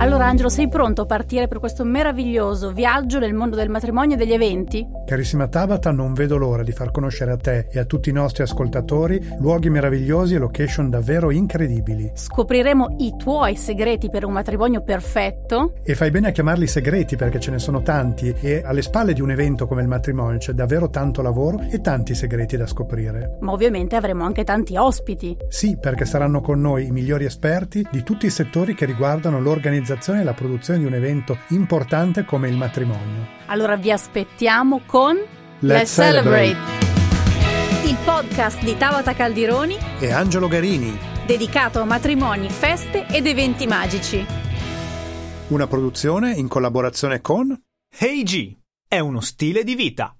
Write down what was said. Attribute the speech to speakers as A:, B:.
A: Allora Angelo, sei pronto a partire per questo meraviglioso viaggio nel mondo del matrimonio e degli eventi?
B: Carissima Tabata, non vedo l'ora di far conoscere a te e a tutti i nostri ascoltatori luoghi meravigliosi e location davvero incredibili.
A: Scopriremo i tuoi segreti per un matrimonio perfetto.
B: E fai bene a chiamarli segreti perché ce ne sono tanti e alle spalle di un evento come il matrimonio c'è davvero tanto lavoro e tanti segreti da scoprire.
A: Ma ovviamente avremo anche tanti ospiti.
B: Sì, perché saranno con noi i migliori esperti di tutti i settori che riguardano l'organizzazione e la produzione di un evento importante come il matrimonio.
A: Allora vi aspettiamo con
B: Let's Celebrate.
A: il podcast di Tabata Caldironi
B: E Angelo Garini,
A: dedicato a matrimoni, feste ed eventi magici.
B: una produzione in collaborazione con...
C: Hey G! È uno stile di vita.